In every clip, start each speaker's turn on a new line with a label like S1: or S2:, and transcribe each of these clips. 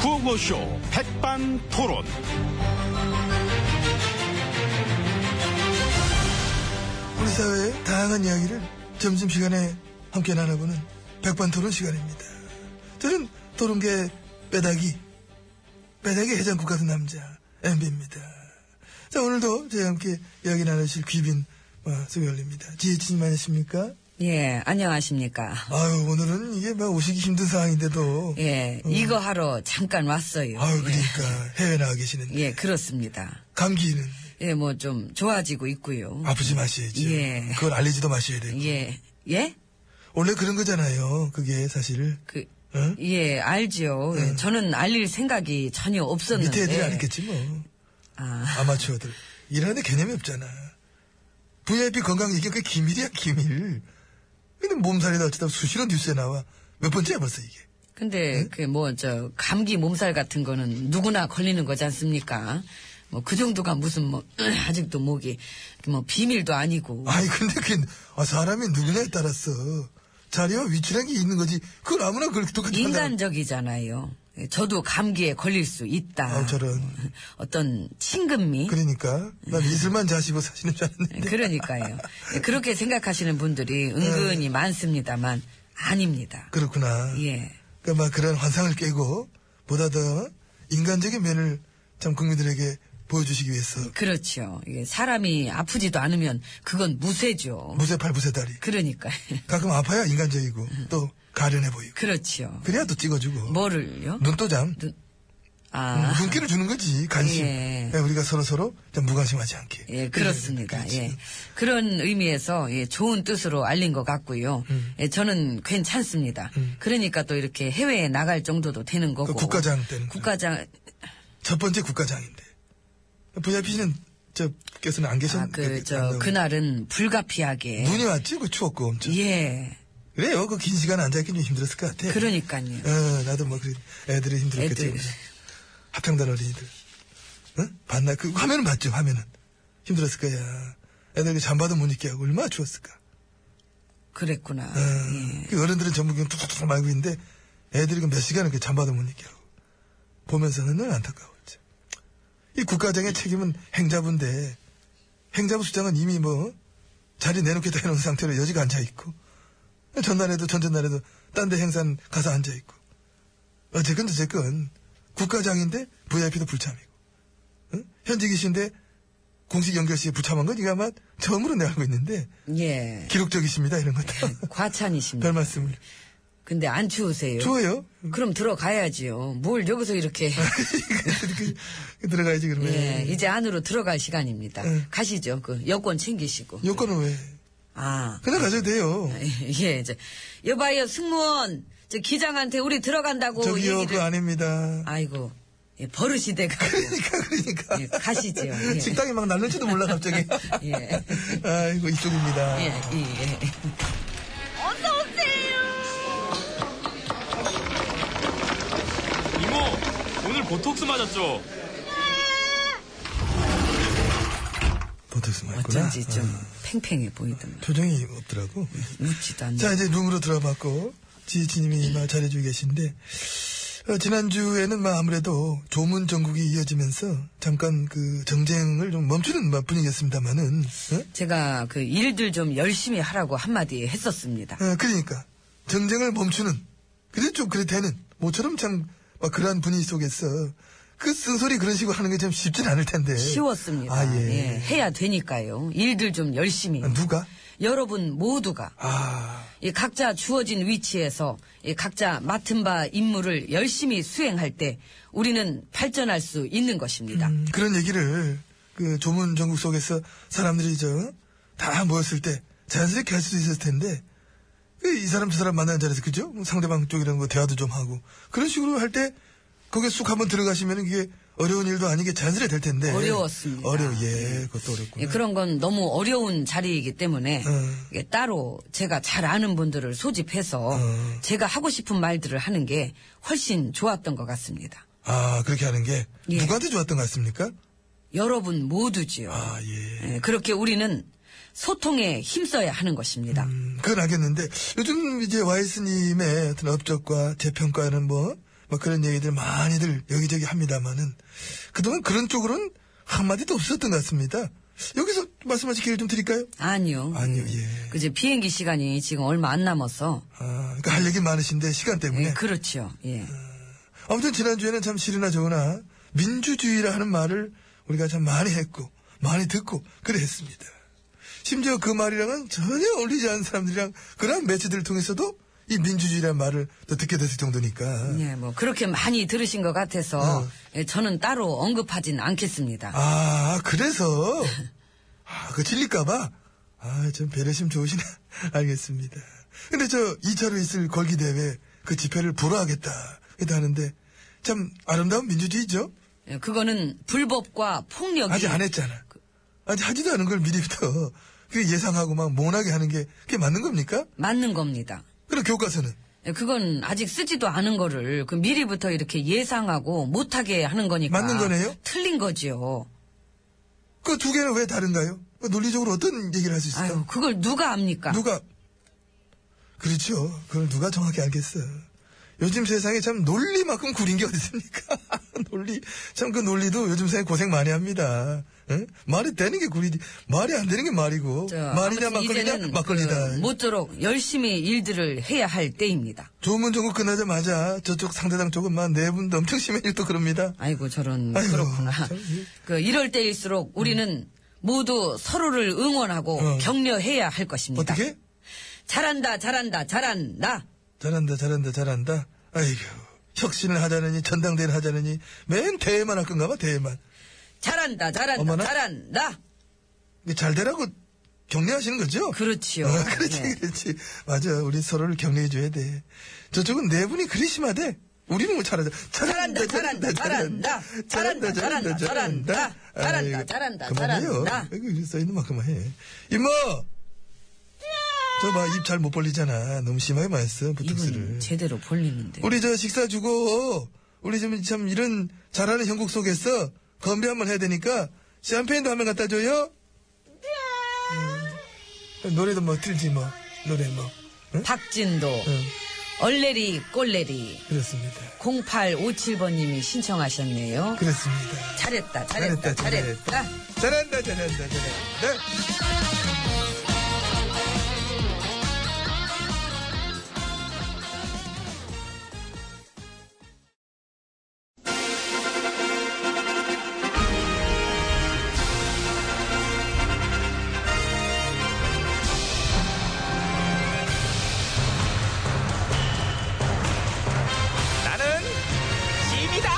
S1: 구호쇼 백반 토론.
S2: 우리 사회의 다양한 이야기를 점심시간에 함께 나누고는 백반토론 시간입니다. 저는 토론계 빼다기, 빼다기 해장국 같은 남자, MB입니다. 자, 오늘도 저희와 함께 이야기 나누실 귀빈 어, 소개 올립니다. 지혜진님 안녕하십니까?
S3: 예, 안녕하십니까.
S2: 아유, 오늘은 이게 막 오시기 힘든 상황인데도.
S3: 예,
S2: 어,
S3: 이거 하러 잠깐 왔어요.
S2: 아유, 그러니까 해외 나가 계시는데.
S3: 예, 예, 그렇습니다.
S2: 감기는
S3: 예, 뭐 좀 좋아지고 있고요.
S2: 아프지 마셔야지.
S3: 예.
S2: 그걸 알리지도 마셔야 되고.
S3: 예, 예?
S2: 원래 그런 거잖아요. 그게 사실. 어?
S3: 그,
S2: 응?
S3: 예, 알죠. 예, 저는 알릴 생각이 전혀 없었는데.
S2: 음.
S3: 예.
S2: 밑에 애들이 알겠지 뭐.
S3: 아,
S2: 아마추어들. 이러는데 개념이 없잖아. VIP 건강 얘기가 그 기밀이야, 기밀. 근데 몸살이다 어쩌다 수시로 뉴스에 나와. 몇 번째야 벌써 이게.
S3: 근데
S2: 네?
S3: 그 뭐 저 감기 몸살 같은 거는 누구나 걸리는 거지 않습니까? 뭐 그 정도가 무슨 뭐 아직도 목이 뭐 비밀도 아니고.
S2: 아니, 근데 그게, 아, 사람이 누구냐에 따라서 자리와 위치란 게 있는 거지. 그걸 아무나 그렇게 똑같이 판단하면
S3: 인간적이잖아요. 예, 저도 감기에 걸릴 수 있다.
S2: 아우, 저런.
S3: 어떤 친근미.
S2: 그러니까. 난
S3: 예.
S2: 이슬만 자시고 사시는 줄 알았는데.
S3: 그러니까요. 예, 그렇게 생각하시는 분들이 은근히 많습니다만 아닙니다.
S2: 네. 그렇구나.
S3: 예.
S2: 그러니까 막 그런 환상을 깨고 보다 더 인간적인 면을 참 국민들에게 보여주시기 위해서
S3: 그렇죠. 예, 사람이 아프지도 않으면 그건 무쇠죠.
S2: 무쇠 팔부쇠 다리.
S3: 그러니까
S2: 가끔 아파야 인간적이고 또 가련해 보이고
S3: 그렇죠.
S2: 그래야 또 찍어주고
S3: 뭐를요?
S2: 눈도장
S3: 아,
S2: 음, 눈길을 주는 거지 관심
S3: 예.
S2: 네, 우리가 서로 서로 좀 무관심하지 않게
S3: 예, 그렇습니다.
S2: 그렇지.
S3: 예. 그런 의미에서 예, 좋은 뜻으로 알린 것 같고요.
S2: 음.
S3: 예, 저는 괜찮습니다. 그러니까 또 이렇게 해외에 나갈 정도도 되는 거고.
S2: 그 국가장 때는
S3: 국가장
S2: 첫 번째 국가장인데 VIP는 저께서는 안 계셨는데
S3: 그 저 그날은 불가피하게
S2: 눈이 왔지 그 추웠고 엄청
S3: 예.
S2: 그래요 그 긴 시간 앉아 있기 좀 힘들었을 것 같아
S3: 그러니까요.
S2: 어, 나도 뭐 그래 애들이 힘들었겠지
S3: 애들.
S2: 그죠? 합평단 어린이들 응? 봤나 그 화면은 봤죠 화면은 힘들었을 거야 애들이 그 잠바도 못 입게 하고 얼마나 추웠을까
S3: 그랬구나.
S2: 어, 그 어른들은 전부 그냥 툭툭툭 말고 있는데 애들이 그몇 시간을 그 잠바도 못 입게 하고 보면서는 늘 안타까웠죠. 이 국가장의 책임은 행자부인데 행자부 수장은 이미 뭐 자리 내놓겠다 해놓은 상태로 여지가 앉아있고 전날에도 전전날에도 딴 데 행사는 가서 앉아있고 어쨌건 어쨌건 국가장인데 VIP도 불참이고 응? 현직이신데 공식 연결 시에 불참한 건 이거 아마 처음으로 내가 알고 있는데
S3: 예. 예.
S2: 기록적이십니다 이런
S3: 네.
S2: 것도
S3: 과찬이십니다.
S2: 별 말씀을.
S3: 근데 안 추우세요?
S2: 좋아요. 아,
S3: 그럼 들어가야지요. 뭘 여기서 이렇게
S2: 그, 들어가야지, 그러면.
S3: 예, 이제 안으로 들어갈 시간입니다.
S2: 예.
S3: 가시죠. 그 여권 챙기시고.
S2: 요건은 왜?
S3: 아.
S2: 그냥 가셔도 돼요.
S3: 예, 이제 여봐요, 승무원. 저 기장한테 우리 들어간다고
S2: 저기요,
S3: 뭐 얘기를
S2: 그거 아닙니다.
S3: 아이고. 예, 버릇이 돼 가고.
S2: 그러니까, 그러니까.
S3: 예, 가시죠. 예.
S2: 식당이 막 날릴지도 몰라, 갑자기.
S3: 예.
S2: 아이고, 이쪽입니다.
S3: 예, 예, 예.
S1: 이모, 오늘 보톡스 맞았죠?
S2: 보톡스 맞구나.
S3: 어쩐지 좀
S2: 아,
S3: 팽팽해 보이더만.
S2: 표정이 없더라고.
S3: 웃지도 않네.
S2: 자, 이제 룸으로 들어봤고, 지지님이
S3: 예.
S2: 막 잘해주고 계신데, 어, 지난주에는 막 아무래도 조문 전국이 이어지면서 잠깐 그 정쟁을 좀 멈추는 막 분위기였습니다만은, 어?
S3: 제가 그 일들 좀 열심히 하라고 한마디 했었습니다.
S2: 어, 그러니까 전쟁을 멈추는 그래 좀 그래 되는 모처럼 참 막 그러한 분위기 속에서 그 쓴소리 그런 식으로 하는 게 참 쉽진 않을 텐데
S3: 쉬웠습니다.
S2: 아,
S3: 예,
S2: 예.
S3: 해야 되니까요. 일들 좀 열심히.
S2: 아, 누가
S3: 여러분 모두가
S2: 아
S3: 이 각자 주어진 위치에서 이 각자 맡은 바 임무를 열심히 수행할 때 우리는 발전할 수 있는 것입니다.
S2: 음, 그런 얘기를 그 조문 전국 속에서 사람들이 저 다 모였을 때 자연스럽게 할 수도 있었을 텐데 그이 사람 저 사람 만나는 자리에서 그죠 상대방 쪽이랑 뭐 대화도 좀 하고 그런 식으로 할 때 거기에 쑥 한번 들어가시면 은 그게 어려운 일도 아니게 자연스레 될 텐데
S3: 어려웠습니다.
S2: 어려 예 그것도 어렵고
S3: 예, 그런 건 너무 어려운 자리이기 때문에
S2: 음.
S3: 이게 따로 제가 잘 아는 분들을 소집해서
S2: 음.
S3: 제가 하고 싶은 말들을 하는 게 훨씬 좋았던 것 같습니다.
S2: 아, 그렇게 하는 게
S3: 예.
S2: 누구한테 좋았던 것 같습니까?
S3: 여러분 모두지요.
S2: 아, 예.
S3: 예, 그렇게 우리는 소통에 힘써야 하는 것입니다.
S2: 음, 그건 알겠는데 요즘 이제 와이스님의 어떤 업적과 재평가는 뭐 뭐 그런 얘기들 많이들 여기저기 합니다만은 그동안 그런 쪽으로는 한마디도 없었던 것 같습니다. 여기서 말씀하실 기회를 좀 드릴까요?
S3: 아니요.
S2: 아니요, 예.
S3: 그제 비행기 시간이 지금 얼마 안 남았어.
S2: 아, 그러니까 할 얘기 많으신데 시간 때문에.
S3: 예, 그렇죠. 예.
S2: 어. 아무튼 지난주에는 참 싫으나 좋으나 민주주의라 하는 말을 우리가 참 많이 했고 많이 듣고 그랬습니다. 심지어 그 말이랑은 전혀 어울리지 않은 사람들이랑 그런 매체들을 통해서도 이 민주주의라는 말을 또 듣게 됐을 정도니까
S3: 예, 뭐 그렇게 많이 들으신 것 같아서
S2: 어.
S3: 예, 저는 따로 언급하진 않겠습니다.
S2: 아 그래서 아, 그 질릴까봐 아참 배려심 좋으시네 알겠습니다. 근데 저 2차로 있을 걸기 대회 그 집회를 불허하겠다 이다 하는데 참 아름다운 민주주의죠.
S3: 예, 그거는 불법과 폭력이
S2: 아직 안 했잖아. 아직 하지도 않은 걸 미리부터 그 예상하고 막 모나게 하는 게 그게 맞는 겁니까?
S3: 맞는 겁니다.
S2: 그럼 교과서는
S3: 예, 그건 아직 쓰지도 않은 거를 그 미리부터 이렇게 예상하고 못하게 하는 거니까
S2: 맞는 거네요?
S3: 틀린 거지요.
S2: 그 두 개는 왜 다른가요? 그 논리적으로 어떤 얘기를 할 수 있을까?
S3: 아유, 그러니까. 그걸 누가 압니까?
S2: 누가 그렇죠. 그걸 누가 정확히 알겠어. 요즘 세상에 참 논리만큼 구린 게 어디 있습니까? 논리 참 그 논리도 요즘 세상에 고생 많이 합니다. 응? 말이 되는 게 구리지 말이 안 되는 게 말이고
S3: 저,
S2: 말이냐
S3: 아무튼
S2: 막걸리냐
S3: 이제는
S2: 막걸리다.
S3: 그 모쪼록 열심히 일들을 해야 할 때입니다.
S2: 조문 전국 끝나자마자 저쪽 상대당 쪽은만 네 내분도 엄청 심해 또 그럽니다.
S3: 아이고 저런
S2: 아이고,
S3: 그렇구나.
S2: 참, 예. 이-
S3: 그 이럴 때일수록 우리는 모두 서로를 응원하고
S2: 어.
S3: 격려해야 할 것입니다.
S2: 어떻게?
S3: 잘한다, 잘한다, 잘한다.
S2: 잘한다, 잘한다, 잘한다. 아이고, 혁신을 하자느니, 전당대회를 하자느니, 맨 대회만 할 건가 봐, 대회만.
S3: 잘한다, 잘한다,
S2: 어머나.
S3: 잘한다.
S2: 이게 잘 되라고 격려하시는 거죠?
S3: 그렇지요.
S2: 아, 그렇지,
S3: 예.
S2: 그렇지. 맞아, 우리 서로를 격려해줘야 돼. 저쪽은 네 분이 그리 심하대. 우리는 뭐 잘하자.
S3: 잘한다, 잘한다, 잘한다. 잘한다, 잘한다, 잘한다. 잘한다,
S2: 아이고,
S3: 잘한다,
S2: 그만해요.
S3: 잘한다.
S2: 아이고, 이거 써있는 만큼만 해. 이모! 저 봐, 입 잘 못 벌리잖아. 너무 심하게 마셨어, 보톡스를.
S3: 입은 제대로 벌리는데.
S2: 우리 저 식사 주고 우리 지금 참 이런 잘하는 형국 속에서 건배 한번 해야 되니까 샴페인도 한 번 갖다 줘요. 음, 노래도 뭐 틀지 뭐 노래 뭐 응?
S3: 박진도,
S2: 응,
S3: 얼레리, 꼴레리,
S2: 그렇습니다.
S3: 0857번님이 신청하셨네요.
S2: 그렇습니다.
S3: 잘했다,
S2: 잘했다,
S3: 잘했다,
S2: 잘했다.
S3: 잘했다.
S2: 잘한다 잘한다 네. 잘한다.
S1: 나는 짐이다.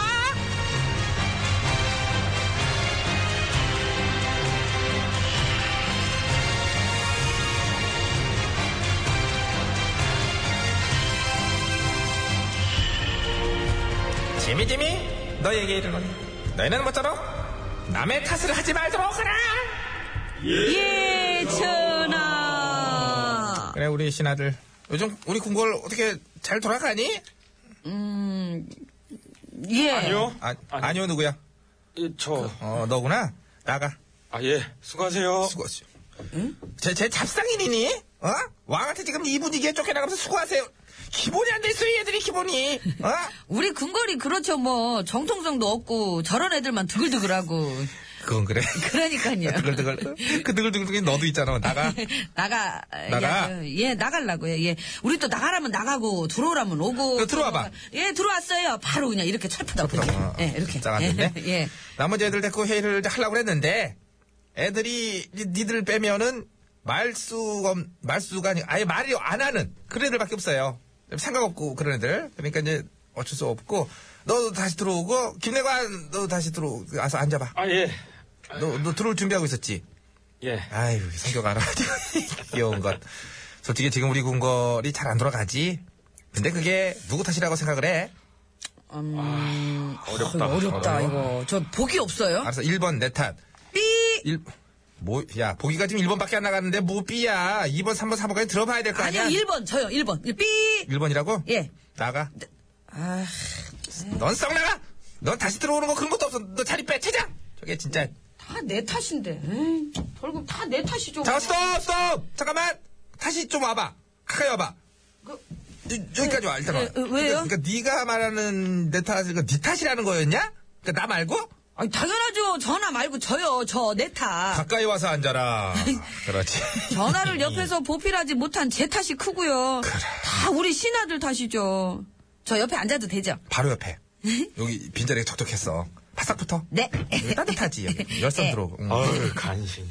S1: 짐이 짐이 너에게 이르노니 너희는 모쪼록 남의 탓을 하지 말도록 하라.
S3: 예, 천하.
S1: 그래 우리 신하들 요즘 우리 궁궐 어떻게 잘 돌아가니?
S3: 예.
S4: 아니요.
S1: 아, 아니요 누구야?
S4: 예, 저.
S1: 어 너구나 나가.
S4: 아, 예. 수고하세요.
S1: 수고하세요. 제, 제 잡상인이니? 어? 왕한테 지금 이 분위기에 쫓겨나가면서 수고하세요. 기본이 안 돼 있어, 이 애들이 기본이. 어?
S3: 우리 궁궐이 그렇죠 뭐 정통성도 없고 저런 애들만 드글드글하고
S1: 그건 그래.
S3: 그러니까요.
S1: 아,
S3: 예,
S1: 드글드글. 그 드글드글이 너도 있잖아. 나가.
S3: 나가
S1: 나가?
S3: 예, 예 나갈라고요. 예, 우리 또 나가라면 나가고 들어오라면 오고.
S1: 그 들어와봐.
S3: 예 들어왔어요. 바로 그냥 이렇게 철푸다 그냥.
S1: 어,
S3: 예 이렇게.
S1: 짱안
S3: 예,
S1: 됐네.
S3: 예.
S1: 나머지 애들 데리고 회의를 이제 하려고 그랬는데, 애들이 니- 니들 빼면은 말수가, 없- 말수가 아니, 아예 말이 안 하는 그런 애들밖에 없어요. 생각 없고 그런 애들. 그러니까 이제 어쩔 수 없고, 너도 다시 들어오고, 김내관 너도 다시 들어오, 그 와서 앉아봐.
S4: 아, 예.
S1: 너, 너 들어올 준비하고 있었지?
S4: 예.
S1: 아유, 성격 알아. 귀여운 것. 솔직히 지금 우리 궁궐이 잘 안 돌아가지? 근데 그게 누구 탓이라고 생각을 해? 아,
S3: 음,
S4: 어렵다.
S3: 아이고, 어렵다
S4: 어려워.
S3: 이거. 저 복이 없어요.
S1: 알았어, 1번 내 탓.
S3: 삐.
S1: 일 뭐, 야, 보기가 지금 1번밖에 안 나갔는데 뭐 B야. 2번, 3번, 4번까지 들어봐야 될 거
S3: 아니요
S1: 아니야?
S3: 1번 저요 1번 삐.
S1: 1번이라고?
S3: 예.
S1: 나가.
S3: 아,
S1: 넌 썩 나가! 넌 다시 들어오는 거 그런 것도 없어. 너 자리 빼, 체장! 저게 진짜.
S3: 다 내 탓인데. 에이, 결국 다 내 탓이죠.
S1: 자, 스톱! 스톱! 잠깐만! 다시 좀 와봐. 가까이 와봐.
S3: 그,
S1: 여- 여기까지 와 일단 와.
S3: 예, 예, 왜요?
S1: 그러니까 네가 말하는 내 탓을 그네 탓이라는 거였냐? 그러니까 나 말고
S3: 아니, 당연하죠. 전화 말고 저요. 저, 내 탓.
S1: 가까이 와서 앉아라. 그렇지.
S3: 아.
S1: 예.
S3: 전화를 옆에서 보필하지 못한 제 탓이 크고요. 다 우리 신하들 탓이죠. 저 옆에 앉아도 되죠?
S1: 바로 옆에. 여기 빈자리가 촉촉했어. 바싹 붙어.
S3: 네.
S1: 여기 따뜻하지. 여기. 열선
S3: 네.
S1: 들어. 응.
S4: 아유, 간신.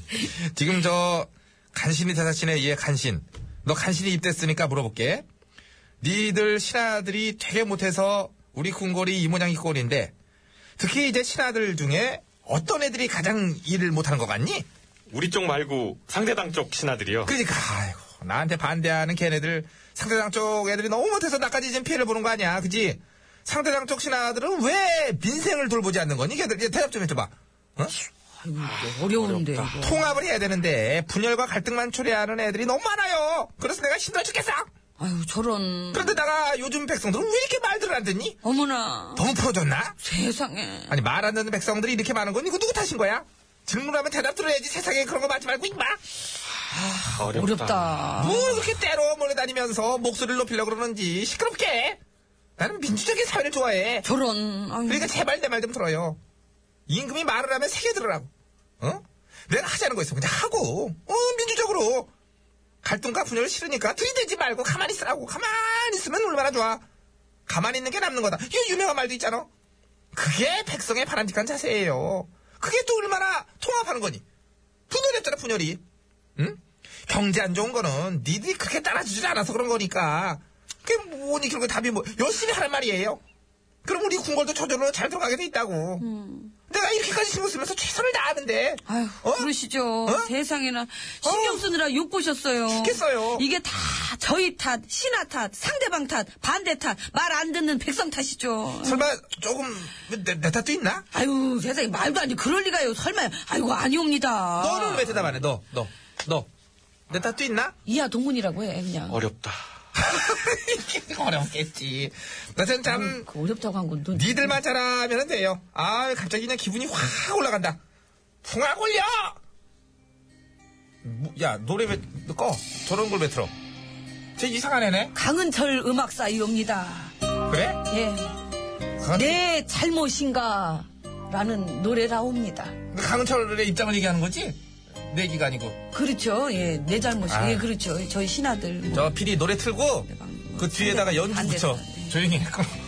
S1: 지금 저 간신히 대사신의 얘 간신. 너 간신히 입됐으니까 물어볼게. 니들 신하들이 되게 못해서 우리 군골이 이모양이 꼴인데 특히 이제 신하들 중에 어떤 애들이 가장 일을 못하는 것 같니?
S4: 우리 쪽 말고 상대당 쪽 신하들이요.
S1: 그러니까 아이고 나한테 반대하는 걔네들 상대당 쪽 애들이 너무 못해서 나까지 지금 피해를 보는 거 아니야 그지? 상대당 쪽 신하들은 왜 민생을 돌보지 않는 거니? 걔들 이제 대답 좀 해줘봐 어?
S3: 아이고, 어려운데, 이거.
S1: 음. 통합을 해야 되는데 분열과 갈등만 초래하는 애들이 너무 많아요 그래서 내가 힘들어 죽겠어
S3: 아유, 저런.
S1: 그런데다가 요즘 백성들은 왜 이렇게 말들을 안 듣니?
S3: 어머나.
S1: 너무 풀어졌나?
S3: 세상에.
S1: 아니 말 안 듣는 백성들이 이렇게 많은 건 이거 누구 탓인 거야? 질문하면 대답 들어야지 세상에 그런 거 맞지 말고 임마
S4: 어렵다.
S3: 어렵다.
S1: 뭘 그렇게 때로 몰려다니면서 목소리를 높이려고 그러는지 시끄럽게 나는 민주적인 사회를 좋아해
S3: 저런. 아유.
S1: 그러니까 제발 내 말 좀 들어요 임금이 말을 하면 세게 들으라고 어? 내가 하자는 거 있으면 그냥 하고 어 민주적으로 갈등과 분열을 싫으니까 들이대지 말고 가만히 있으라고 가만히 있으면 얼마나 좋아 가만히 있는 게 남는 거다 이 유명한 말도 있잖아 그게 백성의 바람직한 자세예요 그게 또 얼마나 통합하는 거니 분열했잖아 분열이 응? 경제 안 좋은 거는 니들이 그렇게 따라주질 않아서 그런 거니까. 그게 뭐니, 결국 답이 뭐, 열심히 하란 말이에요. 그럼 우리 궁궐도 저절로 잘 들어가게 돼 있다고. 내가 이렇게까지 신경 쓰면서 최선을 다하는데.
S3: 음. 아유,
S1: 어?
S3: 그러시죠. 세상에나 신경 쓰느라 욕 보셨어요.
S1: 죽겠어요.
S3: 이게 다 저희 탓, 신하 탓, 상대방 탓, 반대 탓, 말 안 듣는 백성 탓이죠.
S1: 설마, 조금, 내, 내 탓도 있나?
S3: 아유, 세상에 말도 아니 그럴 리가요. 설마, 아이고 아니옵니다.
S1: 너는 왜 대답 안 해, 너, 너, 너. 내 탓도 있나?
S3: 이하 동문이라고 해 그냥.
S4: 어렵다.
S1: 어렵겠지. 나는 참,
S3: 그 어렵다고 한 건 넌.
S1: 음. 니들만 잘하면 돼요. 아, 갑자기 그냥 기분이 확 올라간다. 풍악 올려! 뭐, 야, 노래 왜, 너 꺼. 저런 걸 왜 틀어? 쟤 이상한 애네?
S3: 강은철 음악사이옵니다.
S1: 그래?
S3: 예,
S1: 강은,
S3: 내 잘못인가라는 노래라옵니다.
S1: 강은철의 입장을 얘기하는 거지? 내 얘기가 아니고.
S3: 그렇죠, 예, 내 잘못이.
S1: 아.
S3: 예, 그렇죠. 저희 신하들. 뭐.
S1: 저 피디 노래 틀고, 그 뒤에다가 연주
S3: 안
S1: 붙여.
S3: 됐다.
S1: 조용히 해.